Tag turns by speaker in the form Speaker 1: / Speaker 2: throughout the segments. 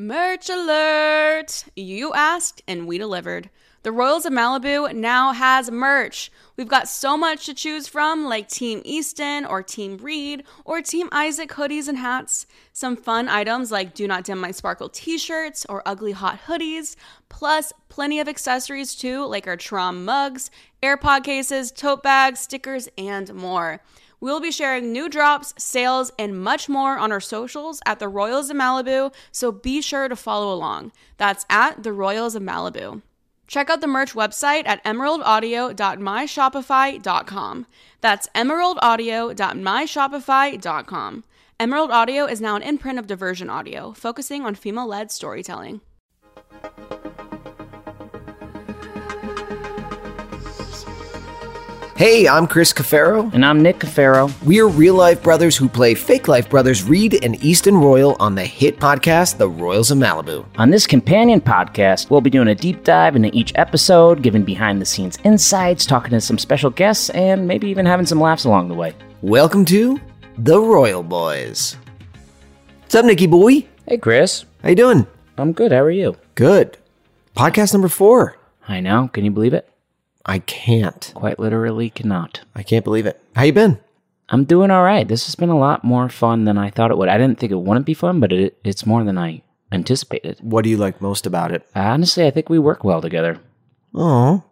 Speaker 1: Merch alert! You asked and we delivered. The Royals of Malibu now has merch. We've got so much to choose from, like Team Easton or Team Reed or Team Isaac hoodies and hats. Some fun items like Do Not Dim My Sparkle t shirts or Ugly Hot hoodies, plus plenty of accessories too, like our Trom mugs, AirPod cases, tote bags, stickers, and more. We'll be sharing new drops, sales, and much more on our socials at the Royals of Malibu, so be sure to follow along. That's at the Royals of Malibu. Check out the merch website at emeraldaudio.myshopify.com. That's emeraldaudio.myshopify.com. Emerald Audio is now an imprint of Diversion Audio, focusing on female led storytelling.
Speaker 2: Hey, I'm Chris Cafaro.
Speaker 3: And I'm Nick Cafaro.
Speaker 2: We are real life brothers who play fake life brothers Reed and Easton Royal on the hit podcast, The Royals of Malibu.
Speaker 3: On this companion podcast, we'll be doing a deep dive into each episode, giving behind the scenes insights, talking to some special guests, and maybe even having some laughs along the way.
Speaker 2: Welcome to The Royal Boys. What's up, Nikki boy?
Speaker 3: Hey, Chris.
Speaker 2: How you doing?
Speaker 3: I'm good. How are you?
Speaker 2: Good. Podcast number four.
Speaker 3: I know. Can you believe it?
Speaker 2: I can't.
Speaker 3: Quite literally cannot.
Speaker 2: I can't believe it. How you been?
Speaker 3: I'm doing all right. This has been a lot more fun than I thought it would. I didn't think it wouldn't be fun, but it, it's more than I anticipated.
Speaker 2: What do you like most about it?
Speaker 3: Honestly, I think we work well together.
Speaker 2: Oh,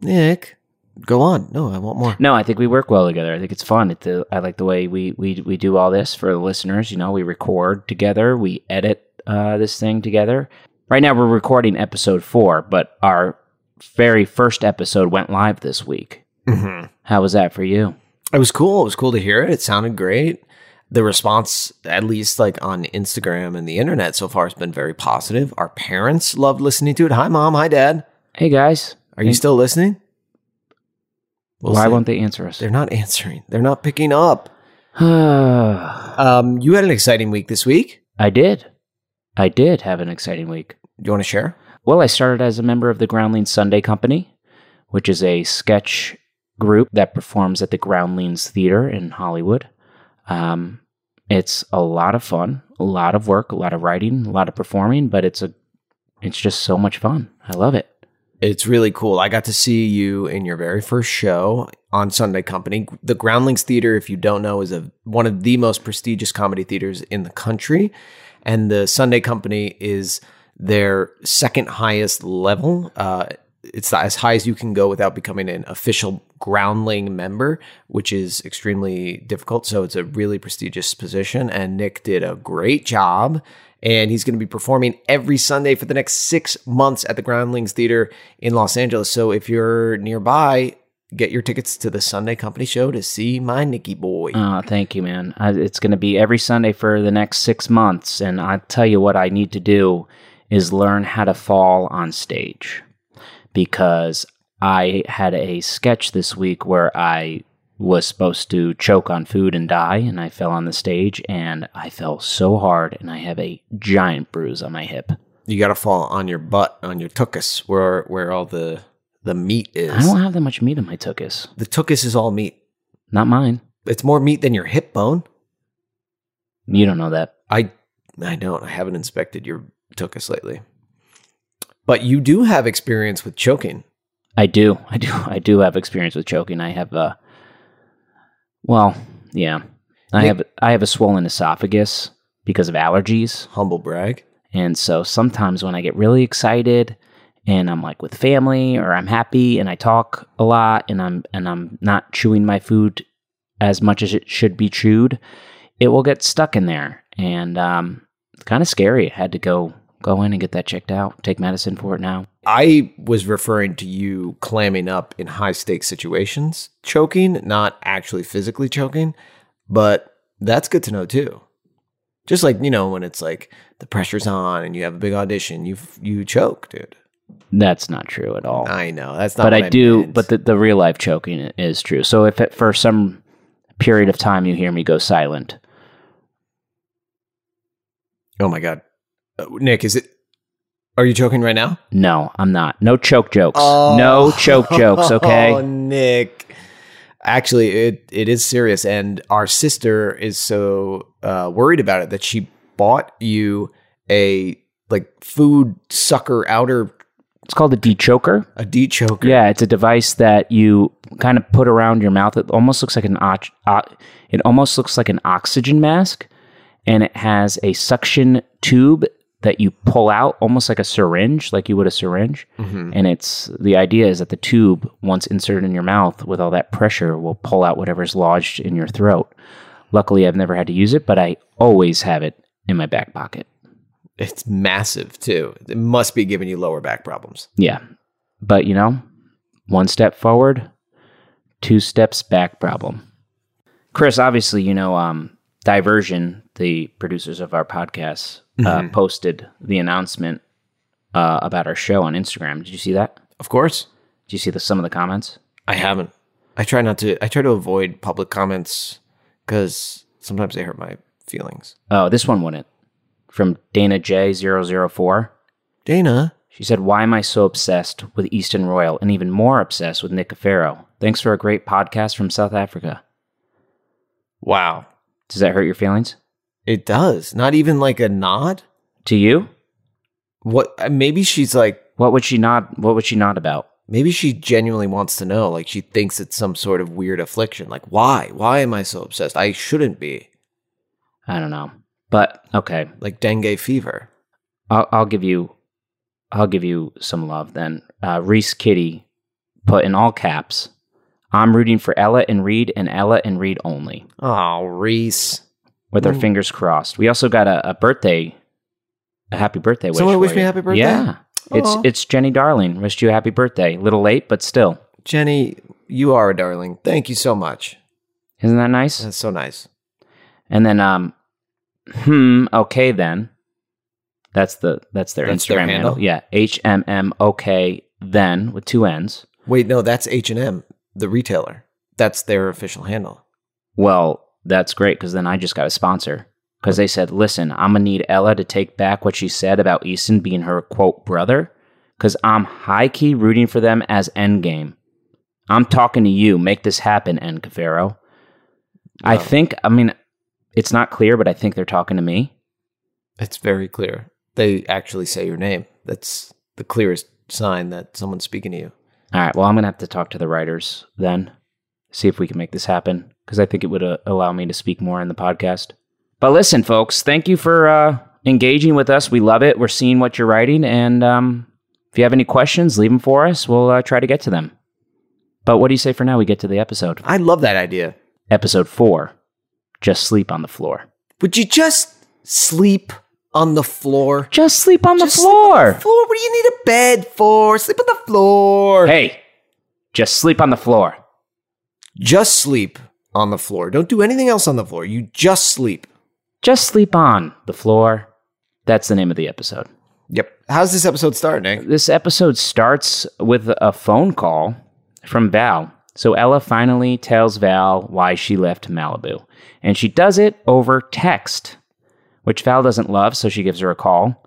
Speaker 2: Nick. Go on. No, I want more.
Speaker 3: No, I think we work well together. I think it's fun. It, the, I like the way we, we we do all this for the listeners. You know, we record together, we edit uh, this thing together. Right now, we're recording episode four, but our very first episode went live this week.
Speaker 2: Mm-hmm.
Speaker 3: How was that for you?
Speaker 2: It was cool. It was cool to hear it. It sounded great. The response, at least like on Instagram and the internet so far, has been very positive. Our parents loved listening to it. Hi, mom. Hi, dad.
Speaker 3: Hey guys,
Speaker 2: Are you
Speaker 3: Hey,
Speaker 2: still listening? We'll
Speaker 3: why
Speaker 2: see.
Speaker 3: won't they answer us?
Speaker 2: They're not answering. They're not picking up.
Speaker 3: I
Speaker 2: Um, you had an exciting week this week.
Speaker 3: did. I did have an exciting week.
Speaker 2: Do you want to share?
Speaker 3: Well, I started as a member of the Groundlings Sunday Company, which is a sketch group that performs at the Groundlings Theater in Hollywood. Um, it's a lot of fun, a lot of work, a lot of writing, a lot of performing, but it's a it's just so much fun. I love it.
Speaker 2: It's really cool. I got to see you in your very first show on Sunday Company. The Groundlings Theater, if you don't know, is a, one of the most prestigious comedy theaters in the country. And the Sunday Company is their second highest level. Uh, it's the, as high as you can go without becoming an official groundling member, which is extremely difficult. So it's a really prestigious position. And Nick did a great job. And he's going to be performing every Sunday for the next six months at the Groundlings Theater in Los Angeles. So if you're nearby, get your tickets to the Sunday Company show to see my Nicky boy.
Speaker 3: Oh, thank you, man. I, it's going to be every Sunday for the next six months. And I tell you what, I need to do is learn how to fall on stage because I had a sketch this week where I was supposed to choke on food and die, and I fell on the stage and I fell so hard, and I have a giant bruise on my hip.
Speaker 2: You got to fall on your butt, on your tuchus, where where all the the meat
Speaker 3: I
Speaker 2: is.
Speaker 3: don't have that much meat in my tuchus.
Speaker 2: The tuchus is all meat.
Speaker 3: Not mine.
Speaker 2: It's more meat than your hip bone.
Speaker 3: You don't know that.
Speaker 2: I I don't. I haven't inspected your tuchus lately. But you do have experience with choking.
Speaker 3: I do. I do. I do have experience with choking. I have a. Well, yeah. I
Speaker 2: Nick-
Speaker 3: have I have a swollen esophagus because of allergies,
Speaker 2: Humble brag.
Speaker 3: and so sometimes when I get really excited and I'm like with family or I'm happy and I talk a lot and I'm and I'm not chewing my food as much as it should be chewed, it will get stuck in there, and um, it's kind of scary. I had to go go in and get that checked out. Take medicine for it now.
Speaker 2: I was referring to you clamming up in high stakes situations, choking, not actually physically choking, but that's good to know too. Just like, you know, when it's like the pressure's on and you have a big audition, you you choke, dude.
Speaker 3: That's not true at all.
Speaker 2: I know. That's not
Speaker 3: but
Speaker 2: what
Speaker 3: I do.
Speaker 2: meant.
Speaker 3: But the, the real life choking i- is true. So if it, for some period of time you hear me go silent,
Speaker 2: Oh my god. Uh, Nick, is it Are you choking right now?
Speaker 3: no, I'm not. No choke jokes. No choke jokes. Okay.
Speaker 2: Oh, Nick. Actually, it it is serious, and our sister is so uh, worried about it that she bought you a like food sucker outer
Speaker 3: It's called a dechoker.
Speaker 2: a D choker.
Speaker 3: Yeah, it's a device that you kind of put around your mouth. It almost looks like an ox- o- it almost looks like an oxygen mask, and it has a suction tube that you pull out, almost like a syringe, like you would a syringe.
Speaker 2: Mhm.
Speaker 3: And it's the idea is that the tube, once inserted in your mouth with all that pressure, will pull out whatever's lodged in your throat. Luckily, I've never had to use it, but I always have it in my back pocket.
Speaker 2: It's massive too. It must be giving you lower back problems.
Speaker 3: Yeah. But you know, one step forward, two steps back problem. Chris, obviously, you know, um, Diversion, the producers of our podcast, uh, posted the announcement uh, about our show on Instagram. Did you see that?
Speaker 2: Of course.
Speaker 3: Did you see the, some of the comments?
Speaker 2: I haven't. I try not to I try to avoid public comments cuz sometimes they hurt my feelings.
Speaker 3: Oh, this one wouldn't. From Dana J004.
Speaker 2: Dana,
Speaker 3: She said, Why am I so obsessed with Easton Royal and even more obsessed with Nick Cafaro? Thanks for a great podcast from South Africa.
Speaker 2: wow.
Speaker 3: Does that hurt your feelings?
Speaker 2: It does. Not even like a nod.
Speaker 3: To you?
Speaker 2: What uh, maybe she's like
Speaker 3: What would she not? What would she not about?
Speaker 2: maybe she genuinely wants to know like she thinks it's some sort of weird affliction like why why am i so obsessed i shouldn't be
Speaker 3: I don't know. But okay,
Speaker 2: like dengue fever
Speaker 3: I'll, I'll give you, I'll give you some love then. Uh, Reese Kitty put in all caps. I'm rooting for Ella and Reed and Ella and Reed only,
Speaker 2: oh reese
Speaker 3: with our
Speaker 2: Mm.
Speaker 3: fingers crossed. We also got a, a birthday, a happy birthday wish.
Speaker 2: Someone
Speaker 3: for
Speaker 2: wish me
Speaker 3: you.
Speaker 2: happy birthday?
Speaker 3: Yeah, it's
Speaker 2: Aw.
Speaker 3: it's Jenny Darling. Wished you a happy birthday. Little late, but still,
Speaker 2: jenny you are a darling thank you so much
Speaker 3: isn't that nice?
Speaker 2: that's so nice
Speaker 3: And then, um, hmm, okay then. That's the that's their
Speaker 2: That's
Speaker 3: Instagram
Speaker 2: their
Speaker 3: handle.
Speaker 2: handle?
Speaker 3: Yeah, H M M okay then with two N's.
Speaker 2: wait no that's h&m the retailer that's their official handle
Speaker 3: Well, that's great because then I just got a sponsor because they said, listen, I'm gonna need Ella to take back what she said about Easton being her quote brother because I'm high key rooting for them as Endgame. I'm talking to you. Make this happen, N. Cafaro. I
Speaker 2: Wow.
Speaker 3: think. I mean, it's not clear, but I think they're talking to me.
Speaker 2: it's very clear they actually say your name that's the clearest sign that someone's speaking to you
Speaker 3: All right. Well, I'm gonna have to talk to the writers then, see if we can make this happen because I think it would uh, allow me to speak more in the podcast. But listen, folks, thank you for uh, engaging with us. We love it. We're seeing what you're writing, and um, if you have any questions, leave them for us. We'll uh, try to get to them. But what do you say for now? We get to the episode.
Speaker 2: i love that idea
Speaker 3: Episode four. Just sleep on the floor.
Speaker 2: would you just sleep on the floor
Speaker 3: Just sleep on the
Speaker 2: Just sleep on
Speaker 3: floor.
Speaker 2: the floor. What do you need a bed for? Sleep on the floor.
Speaker 3: Hey, just sleep on the floor.
Speaker 2: Just sleep on the floor. Don't do anything else on the floor. You just sleep.
Speaker 3: Just sleep on the floor. That's the name of the episode.
Speaker 2: Yep. How's this episode eh? start, Nick?
Speaker 3: This episode starts with a phone call from Val. So Ella finally tells Val why she left Malibu. And she does it over text, which Val doesn't love, so she gives her a call.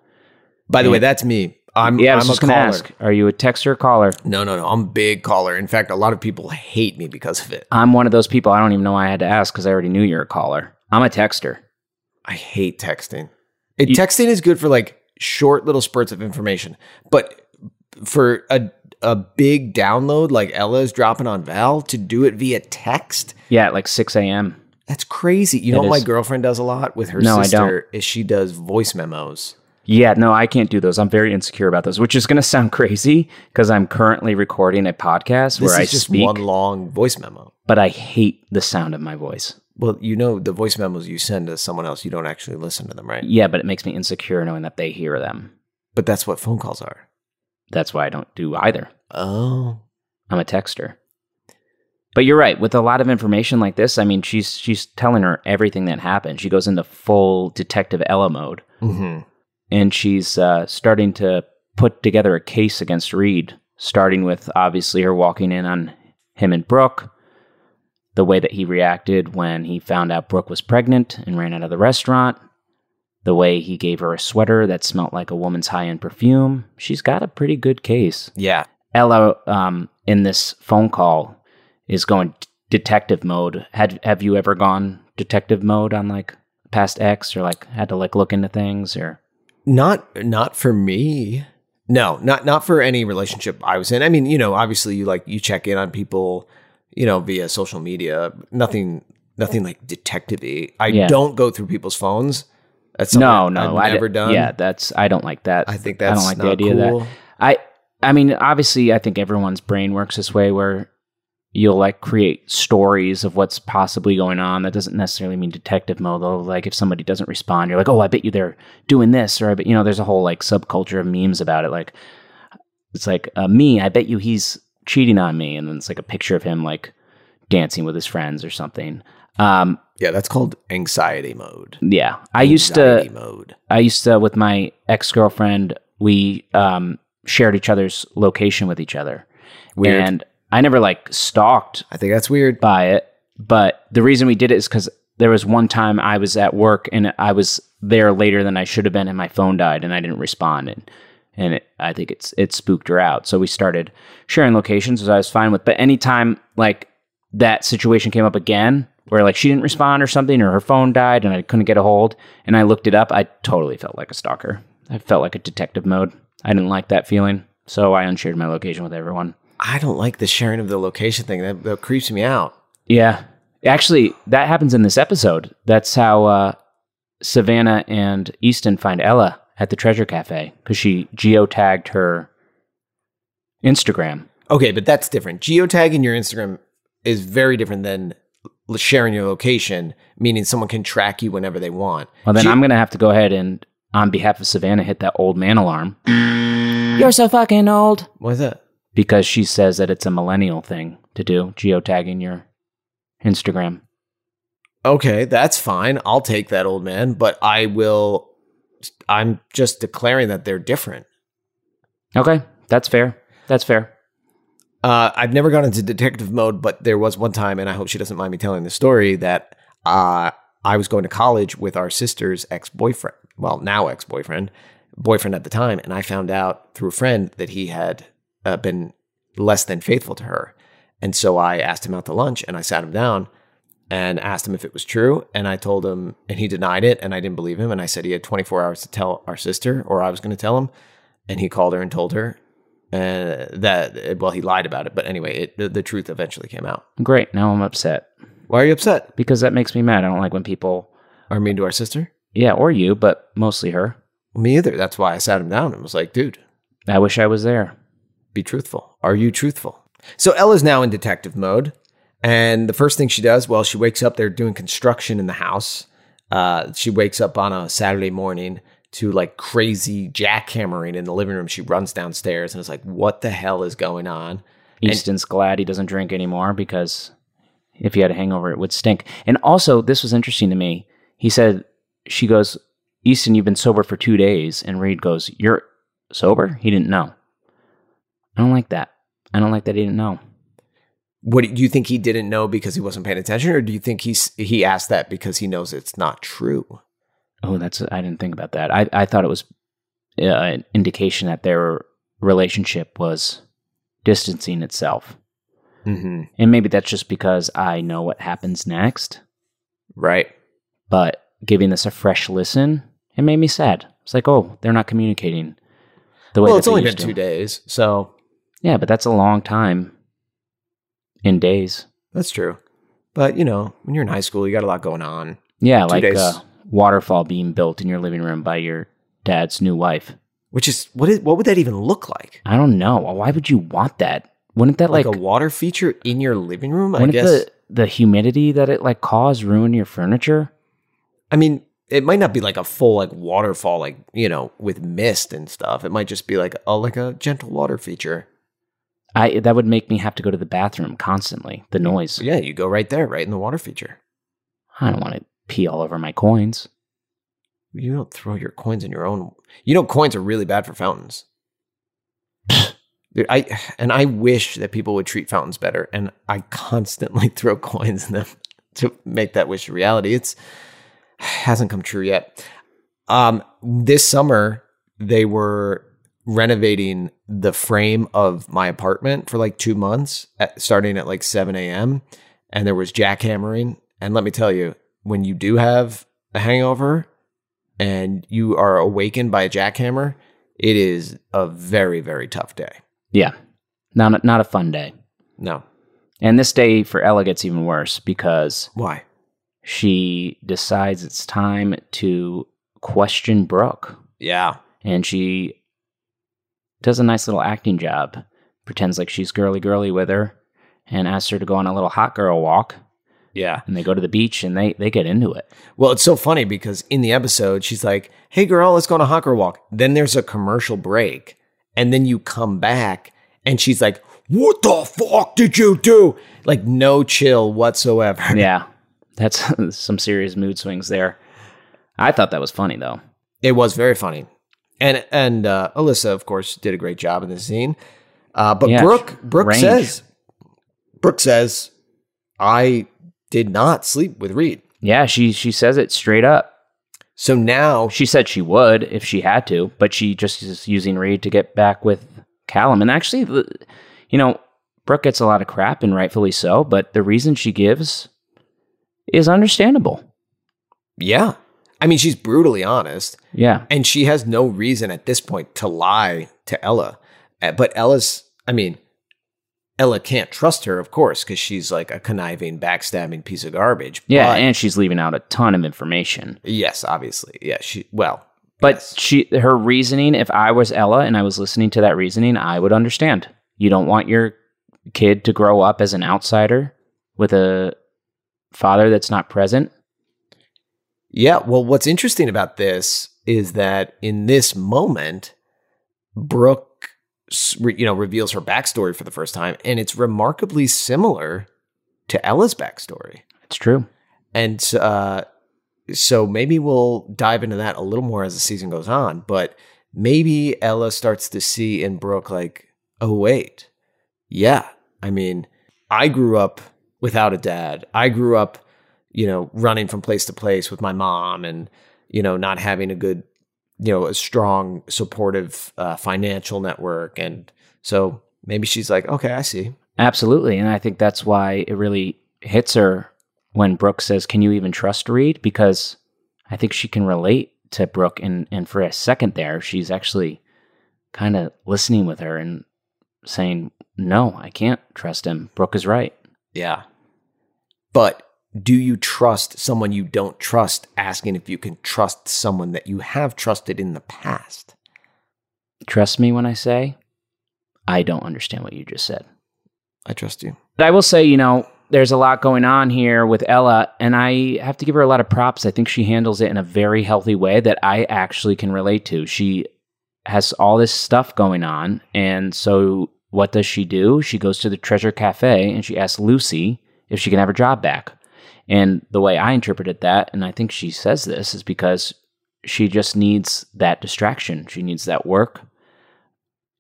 Speaker 2: By the way, that's me. I'm,
Speaker 3: Yeah, I
Speaker 2: I'm
Speaker 3: was
Speaker 2: a
Speaker 3: just going
Speaker 2: caller.
Speaker 3: to ask Are you a texter or caller?
Speaker 2: No, no, no. I'm a big caller. In fact, a lot of people hate me because of it.
Speaker 3: I'm one of those people I don't even know I had to ask because I already knew you're a caller. I'm a texter.
Speaker 2: I hate texting. It, texting is good for like short little spurts of information, but for a a big download like Ella is dropping on Val to do it via text,
Speaker 3: Yeah, at like 6 a.m.
Speaker 2: That's crazy. You know what
Speaker 3: is.
Speaker 2: my girlfriend does a lot with her
Speaker 3: No, I
Speaker 2: sister is she does voice memos.
Speaker 3: Yeah, no, I can't do those. I'm very insecure about those, which is going to sound crazy because I'm currently recording a podcast
Speaker 2: This
Speaker 3: where I
Speaker 2: is just
Speaker 3: speak,
Speaker 2: one long voice memo.
Speaker 3: but I hate the sound of my voice.
Speaker 2: Well, you know the voice memos you send to someone else, you don't actually listen to them, right?
Speaker 3: Yeah, but it makes me insecure knowing that they hear them.
Speaker 2: But that's what phone calls are.
Speaker 3: That's why I don't do either.
Speaker 2: Oh.
Speaker 3: I'm a texter. But you're right. With a lot of information like this, I mean, she's she's telling her everything that happened. She goes into full detective Ella mode,
Speaker 2: Mhm.
Speaker 3: and she's uh, starting to put together a case against Reed, starting with obviously her walking in on him and Brooke, the way that he reacted when he found out Brooke was pregnant and ran out of the restaurant, the way he gave her a sweater that smelt like a woman's high end perfume. She's got a pretty good case.
Speaker 2: Yeah.
Speaker 3: Ella, um, in this phone call, is going d- detective mode. Had have you ever gone detective mode on like past X or like had to like look into things or
Speaker 2: not not for me. No, not not for any relationship I was in. I mean, you know, obviously you like you check in on people, you know, via social media. Nothing nothing like detective-y. I
Speaker 3: Yeah.
Speaker 2: don't go through people's phones. That's something
Speaker 3: no, no,
Speaker 2: I've
Speaker 3: I
Speaker 2: never
Speaker 3: d-
Speaker 2: done.
Speaker 3: Yeah, that's I don't like that.
Speaker 2: I think
Speaker 3: I
Speaker 2: that's
Speaker 3: don't like the
Speaker 2: not
Speaker 3: idea
Speaker 2: cool.
Speaker 3: of that. I I mean, obviously, I think everyone's brain works this way where you'll like create stories of what's possibly going on. That doesn't necessarily mean detective mode. Though, like if somebody doesn't respond, you're like, oh, I bet you they're doing this, or I bet you know, there's a whole like subculture of memes about it. Like it's like uh, me, I bet you he's cheating on me, and then it's like a picture of him like dancing with his friends or something. Um,
Speaker 2: Yeah, that's called anxiety mode.
Speaker 3: yeah, I used to.
Speaker 2: Anxiety mode.
Speaker 3: I used to with my ex girlfriend. We um, shared each other's location with each other,
Speaker 2: Weird.
Speaker 3: and I never like stalked
Speaker 2: I think that's weird.
Speaker 3: by it. But the reason we did it is because there was one time I was at work and I was there later than I should have been, and my phone died and I didn't respond, and and it, I think it's it spooked her out. So we started sharing locations, which I was fine with. But anytime like that situation came up again, where like she didn't respond or something, or her phone died and I couldn't get a hold, and I looked it up, I totally felt like a stalker. I felt like a detective mode. I didn't like that feeling, so I unshared my location with everyone.
Speaker 2: I don't like the sharing of the location thing. That, that creeps me out.
Speaker 3: Yeah. Actually, that happens in this episode. That's how uh, Savannah and Easton find Ella at the Treasure Cafe because she geotagged her Instagram.
Speaker 2: Okay, but that's different. Geotagging your Instagram is very different than l- sharing your location, meaning someone can track you whenever they want.
Speaker 3: Well, then
Speaker 2: Ge-
Speaker 3: I'm going to have to go ahead and, on behalf of Savannah, hit that old man alarm. You're so fucking old.
Speaker 2: What's that?
Speaker 3: Because she says that it's a millennial thing to do, geotagging your Instagram.
Speaker 2: Okay, that's fine. I'll take that old man, but I will. I'm just declaring that they're different.
Speaker 3: Okay. That's fair. That's fair.
Speaker 2: Uh, I've never gone into detective mode, but there was one time, and I hope she doesn't mind me telling the story that uh, I was going to college with our sister's ex boyfriend. Well, now ex boyfriend, boyfriend at the time, and I found out through a friend that he had uh, been less than faithful to her, and so I asked him out to lunch, and I sat him down and asked him if it was true, and I told him, and he denied it, and I didn't believe him, and I said he had 24 hours to tell our sister, or I was going to tell him, and he called her and told her, uh, that well he lied about it but anyway it, the, the truth eventually came out
Speaker 3: Great. Now I'm upset
Speaker 2: why are you upset
Speaker 3: because that makes me mad. I don't like when people
Speaker 2: are mean to our sister
Speaker 3: Yeah, or you, but mostly her.
Speaker 2: me either that's why i sat him down and was like dude
Speaker 3: I wish I was there.
Speaker 2: be truthful are you truthful so ella's now in detective mode and the first thing she does well she wakes up they're doing construction in the house uh, she wakes up on a saturday morning to like crazy jackhammering in the living room she runs downstairs and is like what the hell is going on
Speaker 3: Easton's glad he doesn't drink anymore because if he had a hangover, it would stink. And also, this was interesting to me. He said, She goes, Easton, you've been sober for two days. And Reed goes, You're sober? He didn't know. I don't like that. I don't like that he didn't know.
Speaker 2: what do you think he didn't know because he wasn't paying attention or do you think he's he asked that because he knows it's not true
Speaker 3: Oh, that's, I didn't think about that. I, I thought it was uh, an indication that their relationship was distancing itself.
Speaker 2: mm-hmm.
Speaker 3: And maybe that's just because I know what happens next.
Speaker 2: right
Speaker 3: but giving this a fresh listen, it made me sad. It's like, oh, they're not communicating the way.
Speaker 2: well
Speaker 3: that
Speaker 2: it's
Speaker 3: they
Speaker 2: only been
Speaker 3: used
Speaker 2: two
Speaker 3: to.
Speaker 2: days so
Speaker 3: Yeah, but that's a long time in days.
Speaker 2: that's true but you know when you're in high school you got a lot going on
Speaker 3: Yeah,
Speaker 2: Two
Speaker 3: like
Speaker 2: days.
Speaker 3: a waterfall being built in your living room by your dad's new wife.
Speaker 2: which is what is what would that even look like
Speaker 3: I don't know. Why would you want that? Wouldn't that
Speaker 2: like,
Speaker 3: like,
Speaker 2: a water feature in your living room i
Speaker 3: wouldn't
Speaker 2: guess
Speaker 3: the the humidity that it like caused ruin your furniture?
Speaker 2: i mean it might not be like a full like waterfall like you know with mist and stuff it might just be like a like a gentle water feature
Speaker 3: I that would make me have to go to the bathroom constantly. The noise.
Speaker 2: so yeah you go right there right in the water feature
Speaker 3: I don't want to pee all over my coins.
Speaker 2: you don't throw your coins in your own. You know, coins are really bad for fountains. Dude, I and I wish that people would treat fountains better, and I constantly throw coins in them to make that wish a reality. It's hasn't come true yet. Um, this summer they were renovating the frame of my apartment for like two months, at, starting at like seven a.m. And there was jackhammering, and let me tell you, when you do have a hangover, and you are awakened by a jackhammer, it is a very, very tough day.
Speaker 3: Yeah. Not a, not a fun day.
Speaker 2: No.
Speaker 3: And this day for Ella gets even worse because
Speaker 2: Why?
Speaker 3: she decides it's time to question Brooke.
Speaker 2: Yeah.
Speaker 3: And she does a nice little acting job, pretends like she's girly girly with her, and asks her to go on a little hot girl walk.
Speaker 2: Yeah.
Speaker 3: And they go to the beach and they, they get into it.
Speaker 2: Well, it's so funny because in the episode, she's like, hey, girl, let's go on a hawker walk. Then there's a commercial break. And then you come back and she's like, what the fuck did you do? Like, no chill whatsoever.
Speaker 3: Yeah. That's some serious mood swings there. I thought that was funny though.
Speaker 2: It was very funny. And and uh, Alyssa, of course, did a great job in this scene. Uh, but
Speaker 3: Yeah,
Speaker 2: Brooke, Brooke
Speaker 3: range.
Speaker 2: says, Brooke says, I did not sleep with Reed.
Speaker 3: Yeah, she she says it straight up.
Speaker 2: So now
Speaker 3: She said she would if she had to, but she just is using Reed to get back with Callum. And actually, the- you know, Brooke gets a lot of crap, and rightfully so, but the reason she gives is understandable.
Speaker 2: Yeah. I mean, she's brutally honest
Speaker 3: Yeah.
Speaker 2: and she has no reason at this point to lie to Ella. Uh, But Ella's, I mean, Ella can't trust her, of course, because she's like a conniving, backstabbing piece of garbage.
Speaker 3: Yeah.
Speaker 2: But-
Speaker 3: and she's leaving out a ton of information.
Speaker 2: yes, obviously. Yeah. She, well,
Speaker 3: But
Speaker 2: yes.
Speaker 3: she her reasoning, if I was Ella and I was listening to that reasoning, I would understand. You don't want your kid to grow up as an outsider with a father that's not present.
Speaker 2: Yeah. Well, what's interesting about this is that in this moment, Brooke, s- re- you know, reveals her backstory for the first time, and it's remarkably similar to Ella's backstory.
Speaker 3: It's true.
Speaker 2: And uh, so maybe we'll dive into that a little more as the season goes on. But maybe Ella starts to see in Brooke, like, oh, wait. Yeah. I mean, I grew up without a dad. I grew up, you know, running from place to place with my mom and, you know, not having a good, you know, a strong, supportive uh, financial network. And so maybe she's like, okay, I see.
Speaker 3: Absolutely. And I think that's why it really hits her when Brooke says, Can you even trust Reed? Because I think she can relate to Brooke. And, and for a second there, she's actually kind of listening with her and saying, No, I can't trust him. Brooke is right.
Speaker 2: Yeah. But do you trust someone you don't trust? Asking if you can trust someone that you have trusted in the past.
Speaker 3: Trust me when I say, I don't understand what you just said.
Speaker 2: I trust you.
Speaker 3: But I will say, you know, there's a lot going on here with Ella, and I have to give her a lot of props. I think she handles it in a very healthy way that I actually can relate to. She has all this stuff going on, and so what does she do? She goes to the Treasure Cafe and she asks Lucy if she can have her job back. And the way I interpreted that, and I think she says this, is because she just needs that distraction. She needs that work.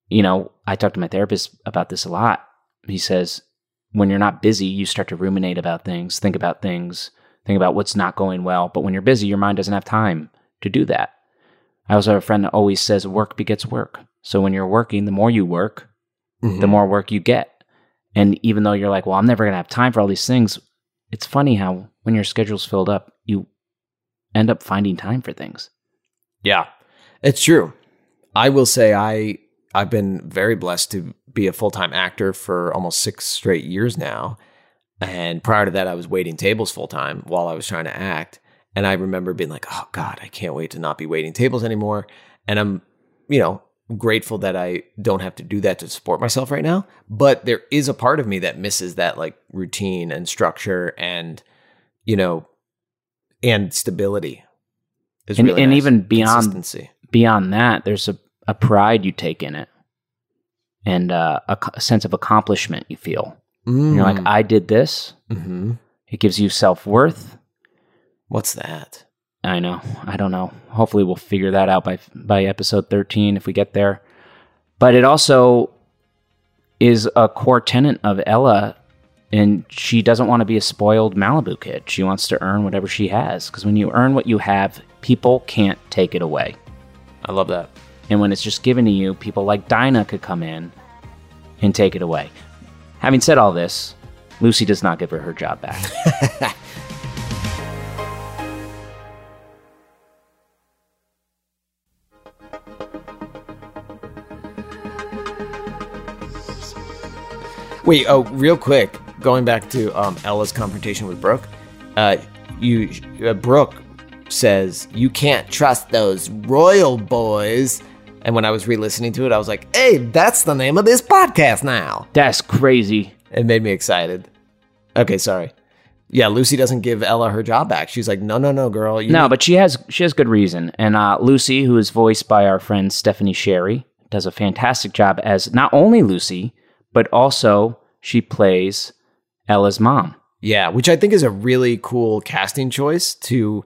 Speaker 3: You know, I talked to my therapist about this a lot. He says, when you're not busy, you start to ruminate about things, think about things, think about what's not going well. But when you're busy, your mind doesn't have time to do that. I also have a friend that always says work begets work. So when you're working, the more you work,
Speaker 2: Mm-hmm.
Speaker 3: the more work you get. And even though you're like, well, I'm never going to have time for all these things, it's funny how when your schedule's filled up, you end up finding time for things.
Speaker 2: Yeah, it's true. I will say I I've been very blessed to be a full time actor for almost six straight years now. And prior to that, I was waiting tables full time while I was trying to act. And I remember being like, "Oh God, I can't wait to not be waiting tables anymore." And I'm, you know, grateful that I don't have to do that to support myself right now. But there is a part of me that misses that like routine and structure and, you know, and stability. It's
Speaker 3: And- and even beyond-
Speaker 2: consistency.
Speaker 3: Beyond that, there's a, a pride you take in it and uh, a co- a sense of accomplishment you feel. And You're
Speaker 2: Mm,
Speaker 3: like, I did this.
Speaker 2: hmm
Speaker 3: It gives you self worth.
Speaker 2: What's that?
Speaker 3: I know. I don't know. Hopefully, we'll figure that out by by episode thirteen if we get there. But it also is a core tenant of Ella, and she doesn't want to be a spoiled Malibu kid. She wants to earn whatever she has because when you earn what you have, people can't take it away.
Speaker 2: I love that.
Speaker 3: And when it's just given to you, people like Dinah could come in and take it away. Having said all this, Lucy does not give her her job back.
Speaker 2: Wait, oh, real quick, going back to um, Ella's confrontation with Brooke, uh, you uh, Brooke says you can't trust those royal boys. And when I was re-listening to it, I was like, "Hey, that's the name of this podcast now."
Speaker 3: That's crazy.
Speaker 2: It made me excited. Okay, sorry. Yeah, Lucy doesn't give Ella her job back. She's like, "No, no, no, girl." You
Speaker 3: No,
Speaker 2: need-
Speaker 3: but she has she has good reason. And uh, Lucy, who is voiced by our friend Stephanie Sherry, does a fantastic job as not only Lucy, but also she plays Ella's mom.
Speaker 2: yeah, which I think is a really cool casting choice to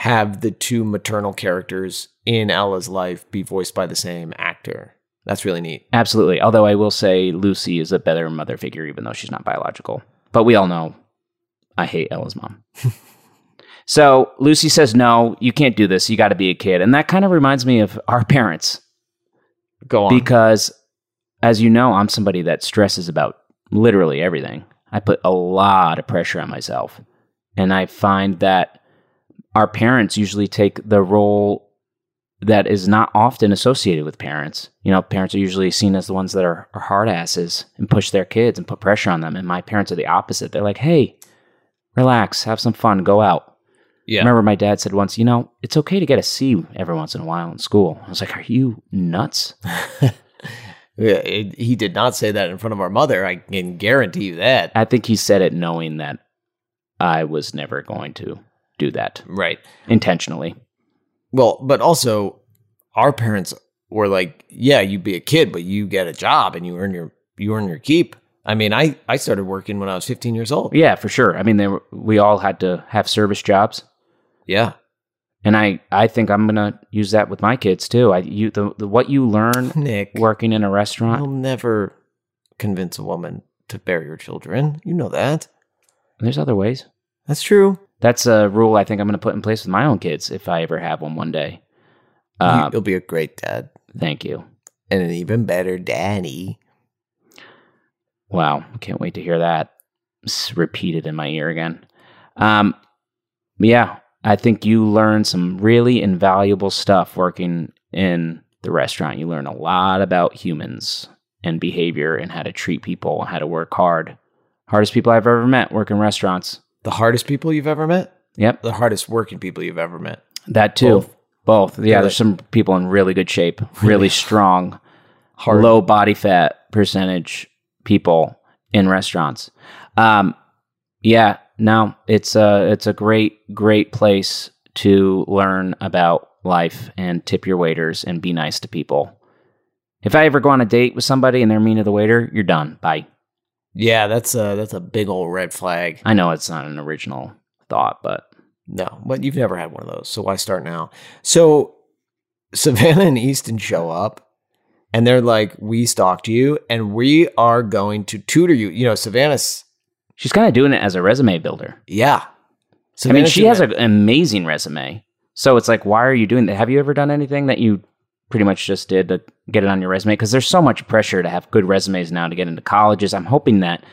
Speaker 2: have the two maternal characters in Ella's life be voiced by the same actor. That's really neat.
Speaker 3: Absolutely. Although I will say Lucy is a better mother figure, even though she's not biological. But we all know I hate Ella's mom. so Lucy says, No, you can't do this. You got to be a kid. And that kind of reminds me of our parents
Speaker 2: Go on.
Speaker 3: because, as you know, I'm somebody that stresses about literally everything. I put a lot of pressure on myself. And I find that our parents usually take the role that is not often associated with parents. You know, parents are usually seen as the ones that are, are hard asses and push their kids and put pressure on them. And my parents are the opposite. They're like, hey, relax, have some fun, go out.
Speaker 2: yeah.
Speaker 3: Remember, my dad said once, you know, it's okay to get a C every once in a while in school. I was like, are you nuts?
Speaker 2: Yeah, it- he did not say that in front of our mother. I can guarantee you that.
Speaker 3: I think he said it knowing that I was never going to do that
Speaker 2: Right.
Speaker 3: intentionally.
Speaker 2: Well, but also, our parents were like, "Yeah, you be a kid, but you get a job and you earn your you earn your keep." I mean, I I started working when I was 15 years old.
Speaker 3: Yeah, for sure. I mean, they were, we all had to have service jobs,
Speaker 2: Yeah.
Speaker 3: and I, I think I'm gonna use that with my kids too. I you the, the what you learn
Speaker 2: Nick,
Speaker 3: working in a restaurant.
Speaker 2: you'll never convince a woman to bear your children. You know that.
Speaker 3: There's other ways.
Speaker 2: That's true.
Speaker 3: That's a rule I think I'm gonna put in place with my own kids if I ever have one one day. Uh,
Speaker 2: You- You'll be a great dad
Speaker 3: thank you.
Speaker 2: and an even better daddy.
Speaker 3: Wow, can't wait to hear that s- repeated in my ear again. Um, yeah, I think you learn some really invaluable stuff working in the restaurant. You learn a lot about humans and behavior and how to treat people, how to work hard. Hardest people I've ever met work in restaurants.
Speaker 2: The hardest people you've ever met.
Speaker 3: Yep,
Speaker 2: The hardest working people you've ever met.
Speaker 3: that too.
Speaker 2: Both.
Speaker 3: Both. Yeah,
Speaker 2: Really?
Speaker 3: there's some people in really good shape, really strong,
Speaker 2: Hard.
Speaker 3: low body fat percentage people in restaurants. Um, yeah, no, it's a it's a great great place to learn about life and tip your waiters and be nice to people. If I ever go on a date with somebody and they're mean to the waiter, you're done. Bye.
Speaker 2: Yeah, that's a that's a big old red flag.
Speaker 3: I know it's not an original thought, but
Speaker 2: No, but you've never had one of those, so why start now? So Savannah and Easton show up, and they're like, "We stalked you, and we are going to tutor you." You know, Savannah's
Speaker 3: she's kind of doing it as a resume builder.
Speaker 2: yeah.
Speaker 3: I mean,
Speaker 2: Savannah's
Speaker 3: she
Speaker 2: in
Speaker 3: has
Speaker 2: it.
Speaker 3: an amazing resume. So it's like, why are you doing that? Have you ever done anything that you pretty much just did to get it on your resume? Because there's so much pressure to have good resumes now to get into colleges. I'm hoping that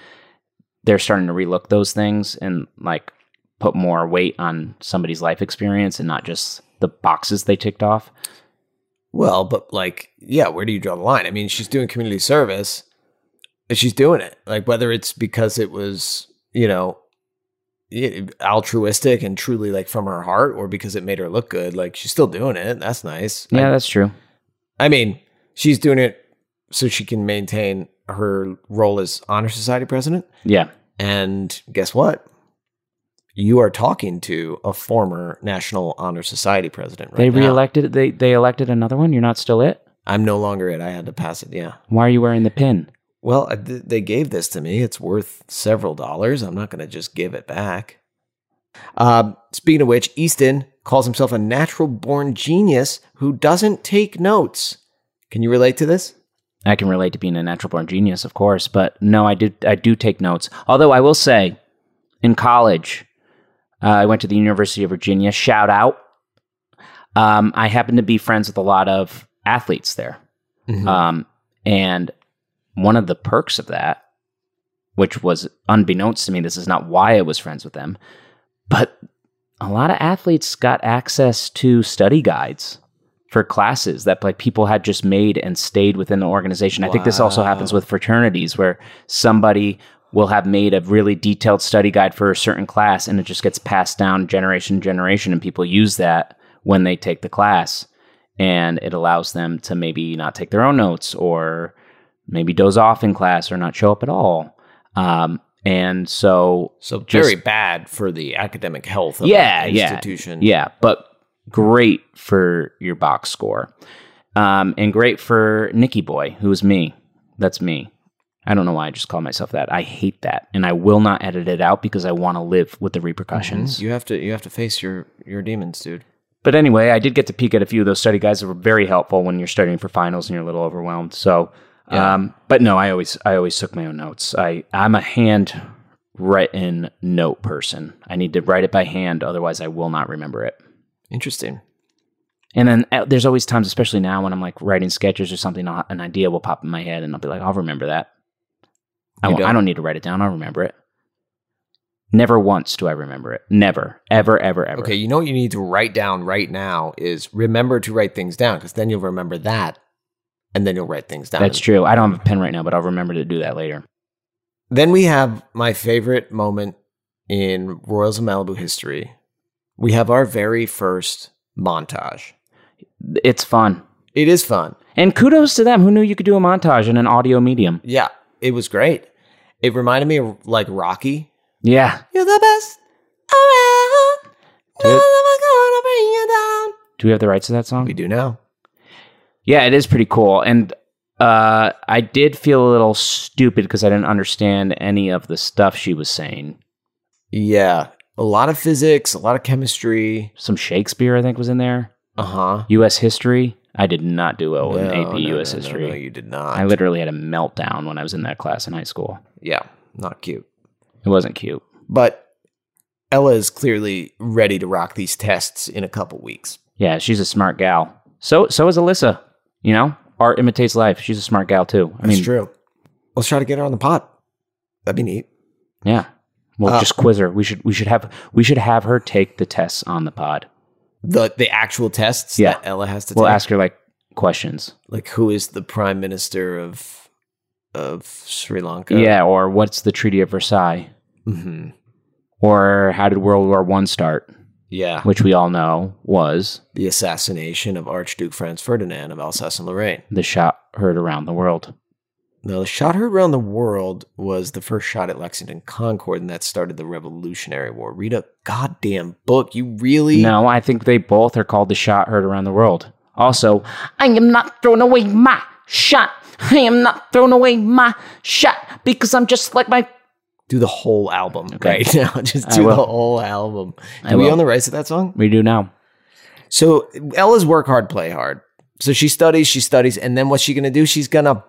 Speaker 3: they're starting to relook those things and like put more weight on somebody's life experience and not just the boxes they ticked off.
Speaker 2: well, but like, yeah, where do you draw the line? I mean, she's doing community service, and she's doing it. Like, whether it's because it was, you know, i- altruistic and truly like from her heart, or because it made her look good, like she's still doing it. That's nice. I-
Speaker 3: Yeah, that's true.
Speaker 2: I mean, she's doing it so she can maintain her role as honor society president.
Speaker 3: Yeah.
Speaker 2: And guess what? You are talking to a former National Honor Society president right
Speaker 3: they
Speaker 2: now.
Speaker 3: reelected they they elected another one. You're not still it?
Speaker 2: I'm no longer it. I had to pass it. Yeah.
Speaker 3: Why are you wearing the pin?
Speaker 2: Well, I- th- they gave this to me. It's worth several dollars. I'm not going to just give it back. Um, speaking of which, Easton calls himself a natural born genius who doesn't take notes. Can you relate to this?
Speaker 3: I can relate to being a natural born genius, of course, but no, I did I do take notes. Although I will say, in college, uh, I went to the University of Virginia. Shout out! Um, I happened to be friends with a lot of athletes there,
Speaker 2: Hmm. Uh,
Speaker 3: um, and one of the perks of that, which was unbeknownst to me, this is not why I was friends with them, but a lot of athletes got access to study guides for classes that like people had just made and stayed within the organization. I think this also happens with fraternities where somebody will have made a really detailed study guide for a certain class and it just gets passed down generation to generation and people use that when they take the class and it allows them to maybe not take their own notes or maybe doze off in class or not show up at all. Um, and so
Speaker 2: So very bad for the academic health of
Speaker 3: yeah,
Speaker 2: that
Speaker 3: yeah,
Speaker 2: institution.
Speaker 3: Yeah, but great for your box score, um, and great for Nicky Boy, who is me. That's me. I don't know why I just call myself that. I hate that, and I will not edit it out because I want to live with the repercussions.
Speaker 2: You have to you have to face your your demons, dude.
Speaker 3: But anyway, I did get to peek at a few of those study guides that were very helpful when you're studying for finals and you're a little overwhelmed. So, um, but no, I always I always took my own notes. I I'm a hand written note person. I need to write it by hand, otherwise I will not remember it.
Speaker 2: Interesting.
Speaker 3: And then uh, there's always times, especially now, when I'm like writing sketches or something, I'll- an idea will pop in my head, and I'll be like, I'll remember that. I,
Speaker 2: You
Speaker 3: won't- I
Speaker 2: don't?
Speaker 3: don't need to write it down. I'll remember it. Never once do I remember it. Never, ever, ever, ever.
Speaker 2: Okay, you know what you need to write down right now is remember to write things down because then you'll remember that, and then you'll write things down.
Speaker 3: That's true. I don't have a pen right now, but I'll remember to do that later.
Speaker 2: Then we have my favorite moment in Royals of Malibu history. We have our very first montage.
Speaker 3: It's fun.
Speaker 2: It is fun.
Speaker 3: And kudos to them. Who knew you could do a montage in an audio medium?
Speaker 2: Yeah, it was great. It reminded me of like Rocky.
Speaker 3: Yeah.
Speaker 2: You're the best around.
Speaker 3: Do,
Speaker 2: I'm gonna bring you down.
Speaker 3: do we have the rights to that song?
Speaker 2: We do now.
Speaker 3: Yeah, it is pretty cool. And uh, I did feel a little stupid because I didn't understand any of the stuff she was saying.
Speaker 2: Yeah, a lot of physics, a lot of chemistry.
Speaker 3: Some Shakespeare, I think, was in there.
Speaker 2: Uh huh.
Speaker 3: U.S. history. I did not do well in AP U.S.
Speaker 2: no,
Speaker 3: history.
Speaker 2: No, you did not.
Speaker 3: I literally had a meltdown when I was in that class in high school.
Speaker 2: yeah, not cute.
Speaker 3: It wasn't cute.
Speaker 2: But Ella is clearly ready to rock these tests in a couple weeks.
Speaker 3: Yeah, she's a smart gal. So so is Alyssa. You know, art imitates life. She's a smart gal too. I
Speaker 2: That's
Speaker 3: mean,
Speaker 2: true. Let's try to get her on the pod. That'd be neat.
Speaker 3: yeah. Well,
Speaker 2: Uh,
Speaker 3: just quiz her. We should we should have we should have her take the tests on the pod.
Speaker 2: The the actual tests
Speaker 3: Yeah.
Speaker 2: that Ella has to
Speaker 3: We'll
Speaker 2: take.
Speaker 3: ask her like questions.
Speaker 2: like who is the prime minister of of Sri Lanka?
Speaker 3: Yeah, or what's the Treaty of Versailles?
Speaker 2: hmm
Speaker 3: Or how did World War One start?
Speaker 2: Yeah.
Speaker 3: Which we all know was
Speaker 2: The assassination of Archduke Franz Ferdinand of Alsace and Lorraine.
Speaker 3: the shot heard around the world.
Speaker 2: Now, the shot heard around the world was the first shot at Lexington Concord, and that started the Revolutionary War. Read a goddamn book. You really?
Speaker 3: No, I think they both are called the shot heard around the world. Also, I am not throwing away my shot. I am not throwing away my shot because I'm just like my.
Speaker 2: Do the whole album right now. Just
Speaker 3: I
Speaker 2: do the
Speaker 3: will.
Speaker 2: whole album.
Speaker 3: I
Speaker 2: Do we
Speaker 3: will.
Speaker 2: own the rights to that song?
Speaker 3: We do now.
Speaker 2: So Ella's work hard, play hard. So she studies, she studies, and then what's she gonna do? She's gonna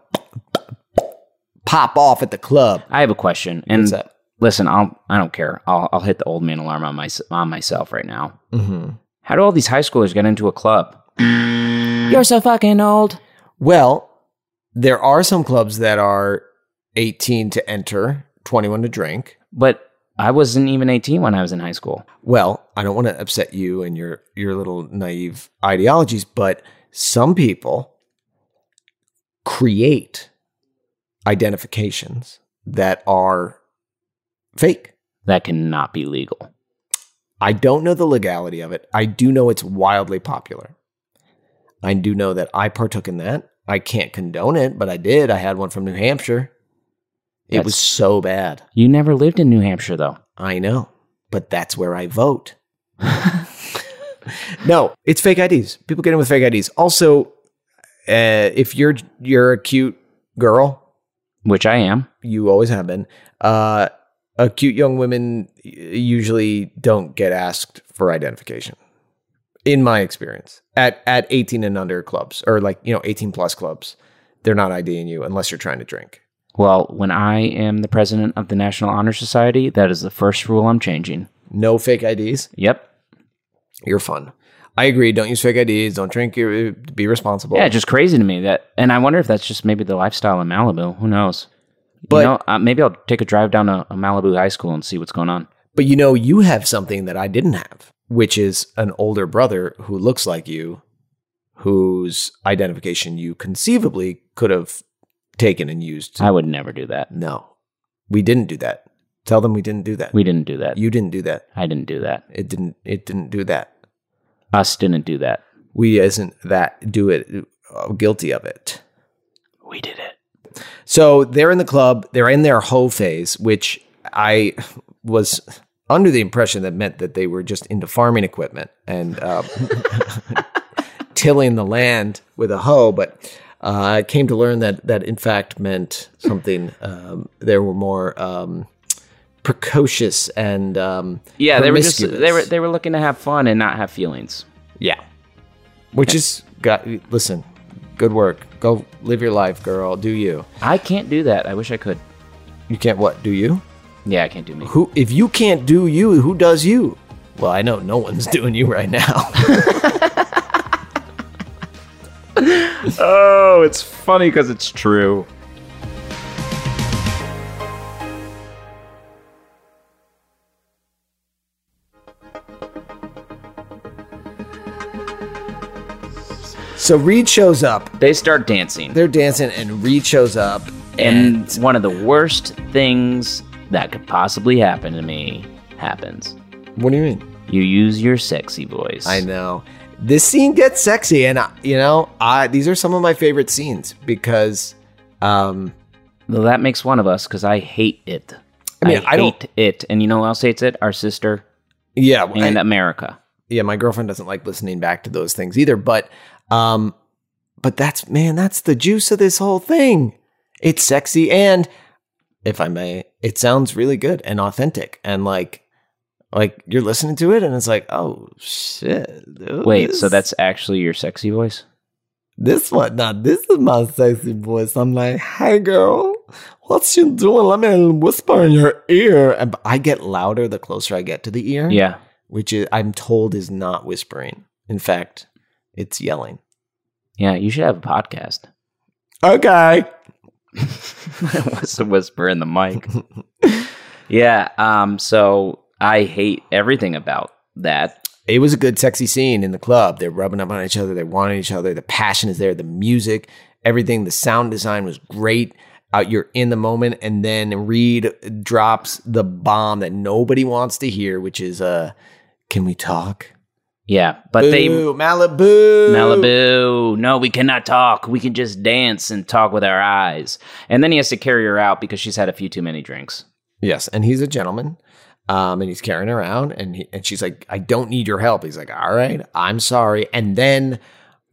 Speaker 2: pop off at the club.
Speaker 3: I have a question. And
Speaker 2: What's up?
Speaker 3: listen, I'll I don't care. I'll I'll hit the old man alarm on my on myself right now.
Speaker 2: Mm-hmm.
Speaker 3: How do all these high schoolers get into a club? You're so fucking old.
Speaker 2: Well, there are some clubs that are 18 to enter, 21 to drink.
Speaker 3: But I wasn't even 18 when I was in high school.
Speaker 2: Well, I don't want to upset you and your your little naive ideologies, but some people create identifications that are fake.
Speaker 3: That cannot be legal.
Speaker 2: I don't know the legality of it. I do know it's wildly popular. I do know that I partook in that. I can't condone it, but I did. I had one from New Hampshire. It was
Speaker 3: That's-
Speaker 2: so bad.
Speaker 3: You never lived in New Hampshire though.
Speaker 2: I know, but that's where I vote. no, it's fake IDs. People get in with fake IDs. Also, uh, if you're you're a cute girl,
Speaker 3: Which I am.
Speaker 2: you always have been. Uh, a cute young women y- usually don't get asked for identification, in my experience. At at eighteen and under clubs, or like you know eighteen plus clubs, they're not IDing you unless you're trying to drink.
Speaker 3: Well, when I am the president of the National Honor Society, that is the first rule I'm changing.
Speaker 2: No fake IDs.
Speaker 3: Yep.
Speaker 2: You're fun. I agree. Don't use fake IDs. Don't drink. you- Be responsible.
Speaker 3: Yeah, it's just crazy to me that, and I wonder if that's just maybe the lifestyle in Malibu. Who knows?
Speaker 2: But-
Speaker 3: you know, uh, maybe I'll take a drive down to a Malibu high school and see what's going on.
Speaker 2: But you know, you have something that I didn't have, which is an older brother who looks like you whose identification you conceivably could have taken and used.
Speaker 3: I would never do that.
Speaker 2: no, we didn't do that. Tell them we didn't do that.
Speaker 3: We didn't do that.
Speaker 2: you didn't do that.
Speaker 3: I didn't do that.
Speaker 2: It didn't. It didn't do that.
Speaker 3: Us didn't do that.
Speaker 2: We isn't that do it uh, guilty of it.
Speaker 3: We did it.
Speaker 2: So they're in the club. They're in their hoe phase, which I was under the impression that meant that they were just into farming equipment and uh, tilling the land with a hoe. But uh, I came to learn that that in fact meant something. Um, there were more um, precocious and um,
Speaker 3: Yeah, they were just they were
Speaker 2: promiscuous.
Speaker 3: they were looking to have fun and not have feelings.
Speaker 2: yeah, which is got listen. Good work. Go live your life, girl. Do you?
Speaker 3: I can't do that. I wish I could.
Speaker 2: You can't what? Do you?
Speaker 3: Yeah, I can't do me.
Speaker 2: who if you can't do you who does you well i know no one's doing you right now
Speaker 3: Oh, it's funny because it's true.
Speaker 2: so reed shows up
Speaker 3: They start dancing,
Speaker 2: they're dancing and reed shows up
Speaker 3: and one of the worst things that could possibly happen to me happens.
Speaker 2: what do you mean
Speaker 3: You use your sexy voice.
Speaker 2: i know this scene gets sexy and I, you know I, these are some of my favorite scenes because um
Speaker 3: Well, that makes one of us because I hate it.
Speaker 2: I mean, I don't-
Speaker 3: hate it. And you know who else hates it? Our sister
Speaker 2: yeah
Speaker 3: and
Speaker 2: I-
Speaker 3: America.
Speaker 2: yeah my girlfriend doesn't like listening back to those things either but um but that's man that's the juice of this whole thing it's sexy and if i may it sounds really good and authentic and like like you're listening to it and it's like oh shit dude,
Speaker 3: Wait,
Speaker 2: this-
Speaker 3: so that's actually your sexy voice?
Speaker 2: this one now this is my sexy voice i'm like hey girl what's you doing let me whisper in your ear and i get louder the closer i get to the ear
Speaker 3: Yeah.
Speaker 2: which is, I'm told is not whispering. In fact, it's yelling.
Speaker 3: Yeah, you should have a podcast.
Speaker 2: Okay.
Speaker 3: What's the whisper in the mic? yeah. Um, so I hate everything about that.
Speaker 2: It was a good, sexy scene in the club. They're rubbing up on each other. They want each other. The passion is there. The music, everything. The sound design was great. Uh, you're in the moment, and then Reed drops the bomb that nobody wants to hear, which is, uh, "Can we talk?"
Speaker 3: Yeah. But they
Speaker 2: Boo, Malibu,
Speaker 3: Malibu, no, we cannot talk. We can just dance and talk with our eyes. And then he has to carry her out because she's had a few too many drinks.
Speaker 2: Yes, and he's a gentleman, um, and he's carrying her out, and he, and she's like, "I don't need your help." He's like, "All right, I'm sorry." And then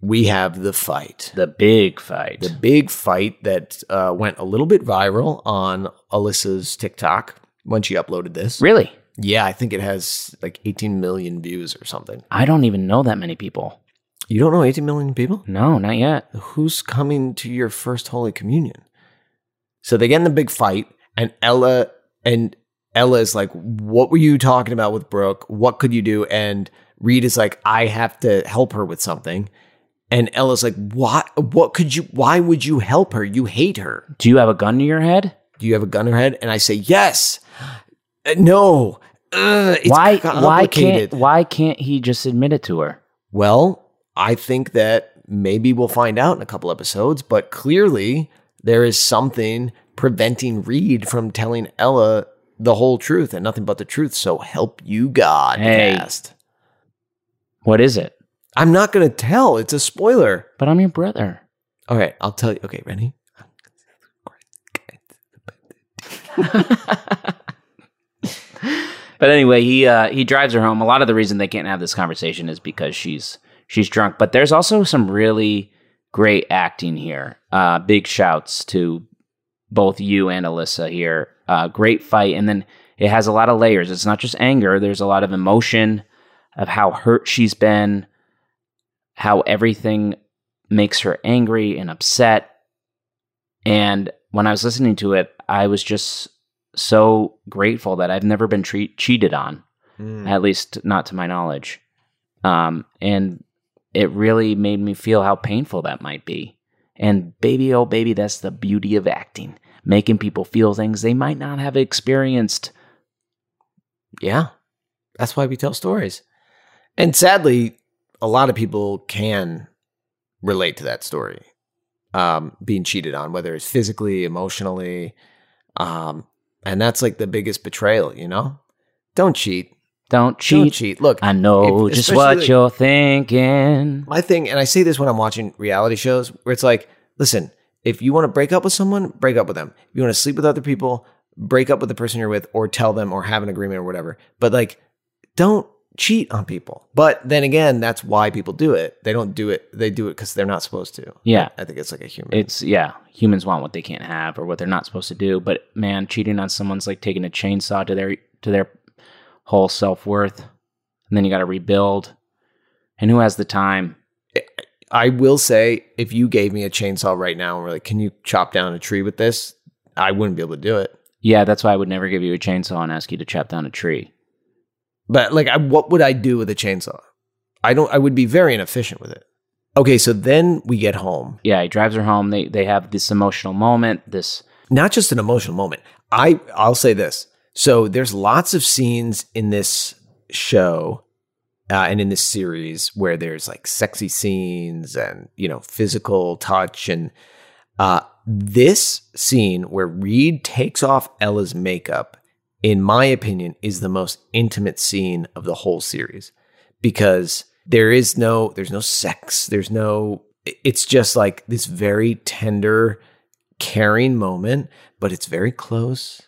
Speaker 2: we have the fight,
Speaker 3: The big fight.
Speaker 2: the big fight that uh, went a little bit viral on Alyssa's TikTok when she uploaded this.
Speaker 3: really?
Speaker 2: Yeah, I think it has like 18 million views or something.
Speaker 3: I don't even know that many people.
Speaker 2: You don't know 18 million people?
Speaker 3: No, not yet.
Speaker 2: who's coming to your first holy communion so they get in the big fight and ella and ella is like what were you talking about with brooke what could you do and reed is like i have to help her with something and ella's like why what could you why would you help her you hate her
Speaker 3: Do you have a gun to your head?
Speaker 2: do you have a gun in her head and i say yes Uh, no Ugh, it's
Speaker 3: why? Why
Speaker 2: complicated.
Speaker 3: can't? Why can't he just admit it to her?
Speaker 2: Well, I think that maybe we'll find out in a couple episodes, but clearly there is something preventing Reed from telling Ella the whole truth and nothing but the truth. So help you God.
Speaker 3: Hey.
Speaker 2: cast.
Speaker 3: What is it?
Speaker 2: I'm not going to tell. It's a spoiler.
Speaker 3: But I'm your brother.
Speaker 2: All right, I'll tell you. Okay, ready?
Speaker 3: But anyway, he uh, he drives her home. A lot of the reason they can't have this conversation is because she's she's drunk. But there's also some really great acting here. Uh, big shouts to both you and Alyssa here. Uh, great fight, and then it has a lot of layers. It's not just anger. There's a lot of emotion of how hurt she's been, how everything makes her angry and upset. And when I was listening to it, I was just so grateful that I've never been treat- cheated on,
Speaker 2: Hmm.
Speaker 3: at least not to my knowledge. Um, and it really made me feel how painful that might be. And baby, oh baby, that's the beauty of acting, making people feel things they might not have experienced.
Speaker 2: Yeah, that's why we tell stories. And sadly, a lot of people can relate to that story um, being cheated on, whether it's physically, emotionally. Um, and that's like the biggest betrayal, you know? Don't cheat.
Speaker 3: Don't
Speaker 2: Don't
Speaker 3: cheat.
Speaker 2: cheat. Look,
Speaker 3: I know
Speaker 2: If-
Speaker 3: just
Speaker 2: especially,
Speaker 3: what
Speaker 2: like-
Speaker 3: you're thinking.
Speaker 2: my thing, and I say this when I'm watching reality shows, where it's like, listen, if you want to break up with someone, break up with them. If you want to sleep with other people, break up with the person you're with, or tell them, or have an agreement, or whatever. But like, don't cheat on people. But then again, that's why people do it. They don't do it. They do it because they're not supposed to.
Speaker 3: Yeah.
Speaker 2: I think it's like a human.
Speaker 3: It's yeah, humans want what they can't have or what they're not supposed to do, but man, cheating on someone's like taking a chainsaw to their to their whole self-worth. And then you got to rebuild. And who has the time?
Speaker 2: I will say, if you gave me a chainsaw right now and were like, can you chop down a tree with this? I wouldn't be able to do it.
Speaker 3: Yeah, that's why I would never give you a chainsaw and ask you to chop down a tree.
Speaker 2: But like, I, what would I do with a chainsaw? I don't. I would be very inefficient with it. Okay, so then we get home.
Speaker 3: Yeah, he drives her home. They they have this emotional moment, this
Speaker 2: Not just an emotional moment. I I'll say this. So there's lots of scenes in this show uh, and in this series where there's like sexy scenes and you know physical touch and uh, this scene where Reed takes off Ella's makeup, in my opinion, is the most intimate scene of the whole series because there is no there's no sex there's no it's just like this very tender caring moment but it's very close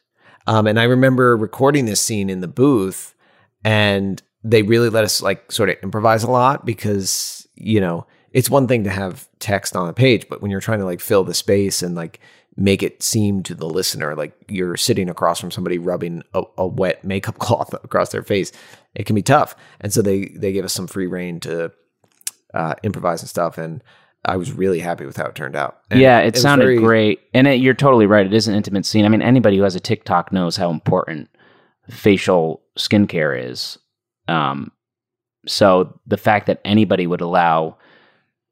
Speaker 2: um, and i remember recording this scene in the booth and they really let us like sort of improvise a lot because you know it's one thing to have text on a page but when you're trying to like fill the space and like make it seem to the listener like you're sitting across from somebody rubbing a, a wet makeup cloth across their face it can be tough and so they they gave us some free reign to uh, improvise and stuff and i was really happy with how it turned out And
Speaker 3: yeah, it,
Speaker 2: was
Speaker 3: sounded
Speaker 2: very-
Speaker 3: great. And it, you're totally right. It is an intimate scene. I mean, anybody who has a TikTok knows how important facial skincare is. Um, so the fact that anybody would allow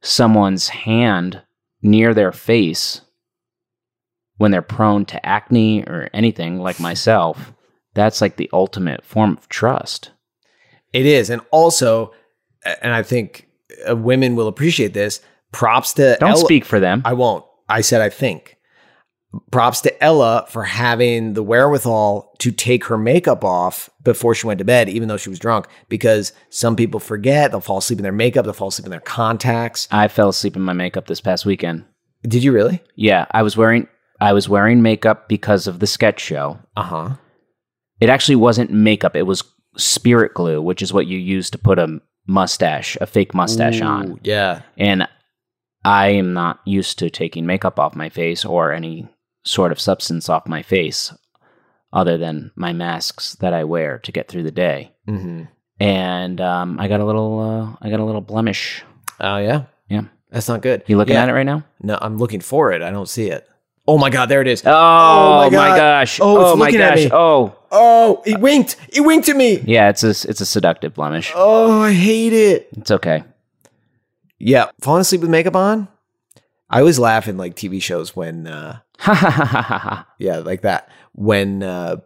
Speaker 3: someone's hand near their face when they're prone to acne or anything like myself, that's like the ultimate form of trust.
Speaker 2: It is, and also, and I think uh, women will appreciate this. Props to
Speaker 3: Don't
Speaker 2: Ella-
Speaker 3: speak for them.
Speaker 2: I won't. I said I think. Props to Ella for having the wherewithal to take her makeup off before she went to bed, even though she was drunk. Because some people forget; they'll fall asleep in their makeup, they'll fall asleep in their contacts.
Speaker 3: I fell asleep in my makeup this past weekend.
Speaker 2: Did you really?
Speaker 3: Yeah, I was wearing I was wearing makeup because of the sketch show.
Speaker 2: Uh
Speaker 3: Uh-huh.
Speaker 2: huh.
Speaker 3: It actually wasn't makeup, it was spirit glue, which is what you use to put a mustache, a fake mustache on.
Speaker 2: Yeah.
Speaker 3: And I am not used to taking makeup off my face or any sort of substance off my face other than my masks that I wear to get through the day.
Speaker 2: Mm-hmm.
Speaker 3: And um, I got a little uh, I got a little blemish.
Speaker 2: Oh yeah.
Speaker 3: Yeah.
Speaker 2: That's not good.
Speaker 3: You looking at it right now?
Speaker 2: No, I'm looking for it. I don't see it. Oh my god, there it is. my
Speaker 3: Oh, my,
Speaker 2: God.
Speaker 3: gosh.
Speaker 2: Oh, it's
Speaker 3: my
Speaker 2: looking at
Speaker 3: gosh.
Speaker 2: me.
Speaker 3: Oh.
Speaker 2: Oh, it winked. It winked at me.
Speaker 3: Yeah, it's a it's a seductive blemish.
Speaker 2: Oh, I hate it.
Speaker 3: It's okay.
Speaker 2: Yeah, falling asleep with makeup on. I always laugh in like TV shows when, uh,
Speaker 3: Ha ha ha ha ha.
Speaker 2: yeah, like that when uh,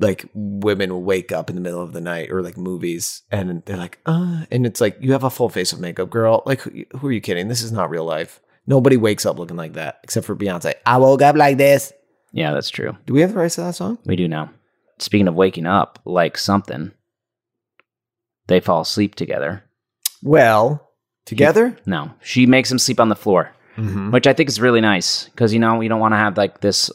Speaker 2: like women will wake up in the middle of the night or like movies and they're like, uh, and it's like you have a full face of makeup, girl. Like, who, who are you kidding? This is not real life. Nobody wakes up looking like that except for Beyonce. I woke up like this.
Speaker 3: Yeah, that's true.
Speaker 2: Do we have the rights to that song?
Speaker 3: We do now. Speaking of waking up like something, they fall asleep together.
Speaker 2: Well, together.
Speaker 3: No, she makes him sleep on the floor,
Speaker 2: Mm-hmm.
Speaker 3: which I think is really nice because you know you don't want to have like this.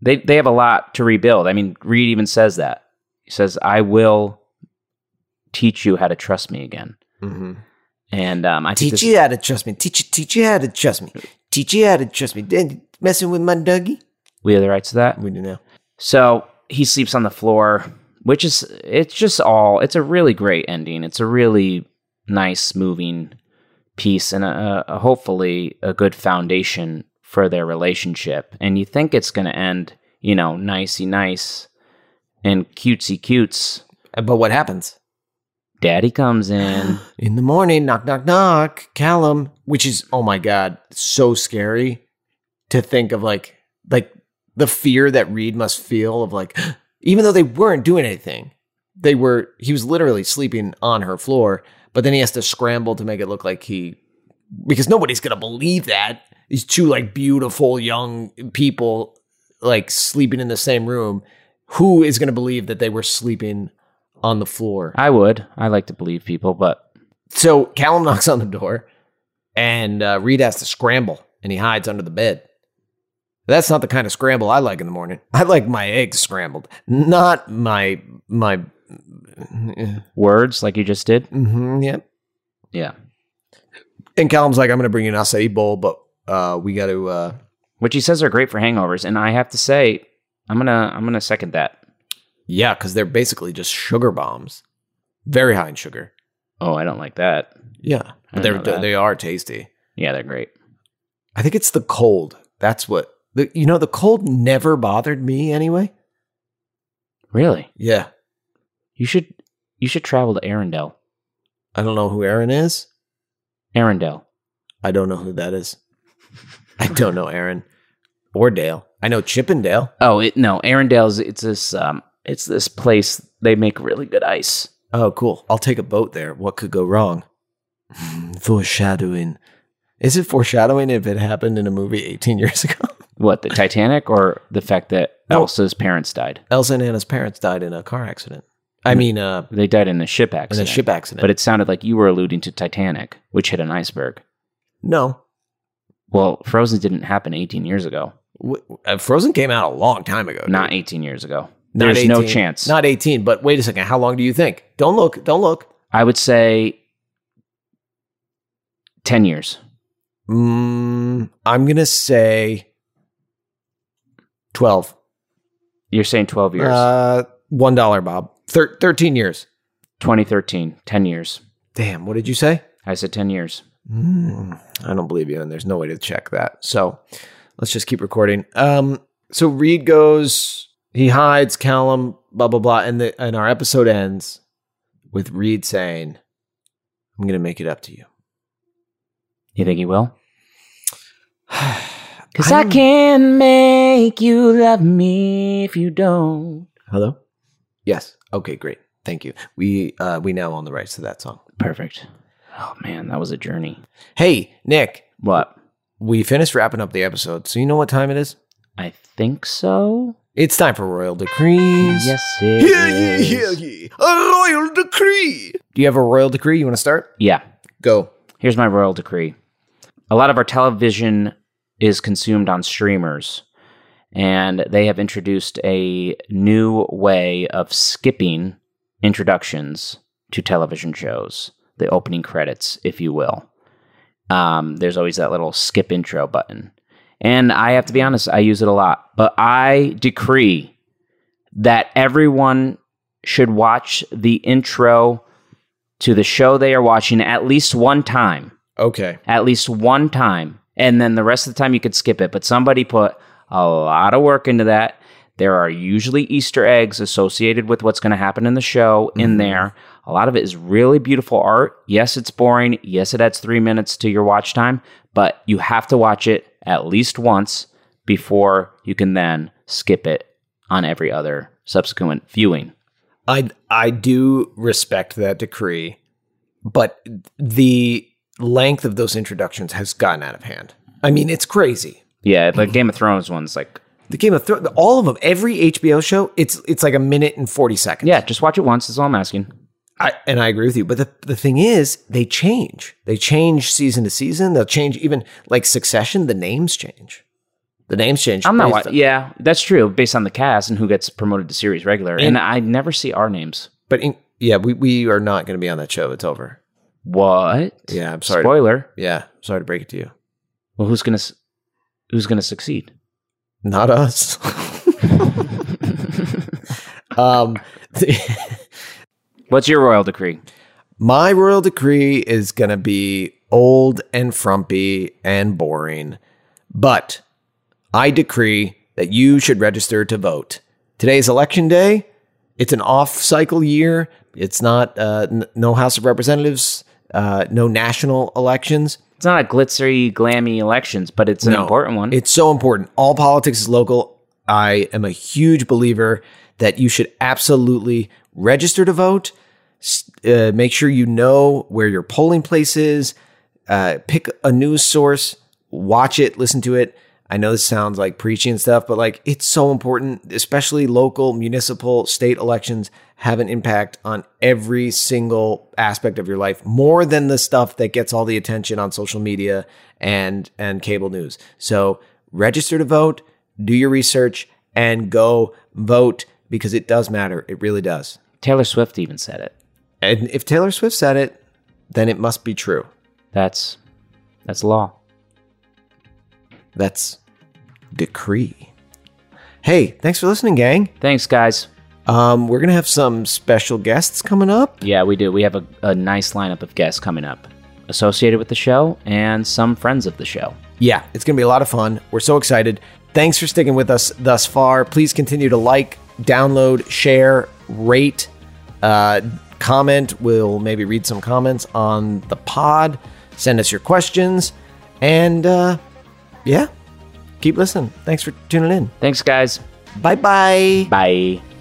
Speaker 3: They they have a lot to rebuild. I mean, Reed even says that. He says, "I will teach you how to trust me again."
Speaker 2: Mm-hmm.
Speaker 3: And um, I
Speaker 2: Teach
Speaker 3: think this-
Speaker 2: you how to trust me. Teach you, teach you how to trust me. Teach you how to trust me. Then messing with my Dougie.
Speaker 3: we have the rights to that.
Speaker 2: We do now.
Speaker 3: So he sleeps on the floor, which is it's just all it's a really great ending. It's a really nice, moving piece, and a, a hopefully a good foundation for their relationship. And you think it's going to end, you know, nicey nice and cutesy cutes.
Speaker 2: But what happens?
Speaker 3: Daddy comes in.
Speaker 2: In the morning, knock, knock, knock, Callum, which is, oh my God, so scary to think of like, like the fear that Reed must feel of like, even though they weren't doing anything, they were, he was literally sleeping on her floor, but then he has to scramble to make it look like he because nobody's gonna believe that these two like beautiful young people like sleeping in the same room. Who is gonna believe that they were sleeping on the floor?
Speaker 3: I would. I like to believe people, but
Speaker 2: So Callum knocks on the door, and uh, Reed has to scramble, and he hides under the bed. That's not the kind of scramble I like in the morning. I like my eggs scrambled, not my my.
Speaker 3: words like you just did.
Speaker 2: hmm yep.
Speaker 3: Yeah.
Speaker 2: And Callum's like, I'm going to bring you an acai bowl, but uh, we got to. Uh,
Speaker 3: Which he says are great for hangovers, and I have to say, I'm gonna I'm gonna second that.
Speaker 2: yeah, because they're basically just sugar bombs, very high in sugar.
Speaker 3: Oh, I don't like that.
Speaker 2: Yeah,
Speaker 3: I
Speaker 2: but they're
Speaker 3: know that.
Speaker 2: they are tasty.
Speaker 3: Yeah, they're great.
Speaker 2: I think it's the cold. That's what the, you know. The cold never bothered me anyway.
Speaker 3: Really?
Speaker 2: Yeah,
Speaker 3: You should you should travel to Arendelle.
Speaker 2: I don't know who Aaron is.
Speaker 3: Arendelle.
Speaker 2: I don't know who that is. I don't know Aaron or Dale. I know Chippendale.
Speaker 3: Oh, it no, Arendelle's it's this um it's this place they make really good ice.
Speaker 2: Oh, cool. I'll take a boat there. What could go wrong? foreshadowing. Is it foreshadowing if it happened in a movie 18 years ago?
Speaker 3: What, the Titanic or the fact that
Speaker 2: No.
Speaker 3: Elsa's parents died?
Speaker 2: Elsa and Anna's parents died in a car accident. I mean, uh,
Speaker 3: They died in a ship
Speaker 2: in a
Speaker 3: Mm. accident.
Speaker 2: ship accident.
Speaker 3: But it sounded like you were alluding to Titanic, which hit an iceberg.
Speaker 2: no,
Speaker 3: Well, Frozen didn't happen 18 years ago.
Speaker 2: W- uh, Frozen came out a long time ago. dude.
Speaker 3: Not 18 years ago.
Speaker 2: Not
Speaker 3: There's no
Speaker 2: 18.
Speaker 3: chance.
Speaker 2: Not 18. But wait a second. How long do you think? Don't look. Don't look.
Speaker 3: I would say 10 years.
Speaker 2: Mm, I'm gonna say 12
Speaker 3: You're saying 12 years.
Speaker 2: Uh, one dollar, Bob. Thir- 13 years.
Speaker 3: 2013, 10 years.
Speaker 2: Damn. What did you say?
Speaker 3: I said 10 years.
Speaker 2: Mm, I don't believe you, and there's no way to check that. So let's just keep recording. Um, so Reed goes, he hides Callum, blah blah blah, and the and our episode ends with Reed saying, "I'm gonna make it up to you."
Speaker 3: You think he will? Because I
Speaker 2: I'm-
Speaker 3: can make you love me if you don't.
Speaker 2: Hello. Yes. Okay. Great. Thank you. We uh, we now own the rights to that song.
Speaker 3: Perfect. Oh, man, that was a journey.
Speaker 2: Hey, Nick.
Speaker 3: What?
Speaker 2: We finished wrapping up the episode, so you know what time it is.
Speaker 3: I think so.
Speaker 2: It's time for royal decrees.
Speaker 3: Yes, it is. yeah,
Speaker 2: yeah. A royal decree. Do you have a royal decree? You want to start?
Speaker 3: Yeah.
Speaker 2: Go.
Speaker 3: Here's my royal decree. A lot of our television is consumed on streamers, and they have introduced a new way of skipping introductions to television shows, the opening credits, if you will. Um, there's always that little skip intro button. And I have to be honest, I use it a lot. But I decree that everyone should watch the intro to the show they are watching at least one time.
Speaker 2: Okay.
Speaker 3: At least one time. And then the rest of the time you could skip it. But somebody put a lot of work into that. There are usually Easter eggs associated with what's going to happen in the show in there. A lot of it is really beautiful art. Yes, it's boring. Yes, it adds three minutes to your watch time, but you have to watch it at least once before you can then skip it on every other subsequent viewing.
Speaker 2: I I do respect that decree, but the length of those introductions has gotten out of hand. I mean, it's crazy.
Speaker 3: Yeah, like Game of Thrones one's like,
Speaker 2: The Game of Thrones, all of them, every HBO show, it's it's like a minute and forty seconds.
Speaker 3: yeah, just watch it once. That's all I'm asking.
Speaker 2: I, and I agree with you. But the, the thing is, they change. They change season to season. They'll change even like Succession. The names change. The names change.
Speaker 3: I'm not.
Speaker 2: based
Speaker 3: Wa- yeah, that's true. Based on the cast and who gets promoted to series regular, and,
Speaker 2: And-
Speaker 3: I never see our names.
Speaker 2: But in, yeah, we, we are not going to be on that show. It's over.
Speaker 3: What?
Speaker 2: Yeah, I'm sorry.
Speaker 3: Spoiler.
Speaker 2: Yeah, sorry to break it to you.
Speaker 3: Well, who's gonna s- who's gonna succeed?
Speaker 2: Not us. um,
Speaker 3: What's your royal decree?
Speaker 2: my royal decree is going to be old and frumpy and boring, but I decree that you should register to vote. Today's election day. It's an off-cycle year. It's not uh, n- no House of Representatives, uh, no national elections.
Speaker 3: It's not a glitzery, glammy elections, but it's an
Speaker 2: No.
Speaker 3: important one.
Speaker 2: It's so important. All politics is local. I am a huge believer that you should absolutely register to vote. S- Uh, make sure you know where your polling place is. uh, pick a news source, watch it, listen to it. I know this sounds like preachy and stuff, but like it's so important, especially local, municipal, state elections have an impact on every single aspect of your life, more than the stuff that gets all the attention on social media and and cable news. So register to vote, do your research, and go vote because it does matter. It really does.
Speaker 3: Taylor Swift even said it.
Speaker 2: And if Taylor Swift said it, then it must be true.
Speaker 3: That's that's law.
Speaker 2: That's decree. Hey, thanks for listening, gang.
Speaker 3: Thanks, guys.
Speaker 2: Um, we're gonna have some special guests coming up.
Speaker 3: Yeah, we do. We have a, a nice lineup of guests coming up associated with the show and some friends of the show.
Speaker 2: Yeah, it's gonna be a lot of fun. We're so excited. Thanks for sticking with us thus far. Please continue to like, download, share, rate, uh, comment. We'll maybe read some comments on the pod. Send us your questions, and uh, yeah, keep listening. Thanks for tuning in.
Speaker 3: Thanks, guys.
Speaker 2: Bye bye.
Speaker 3: Bye.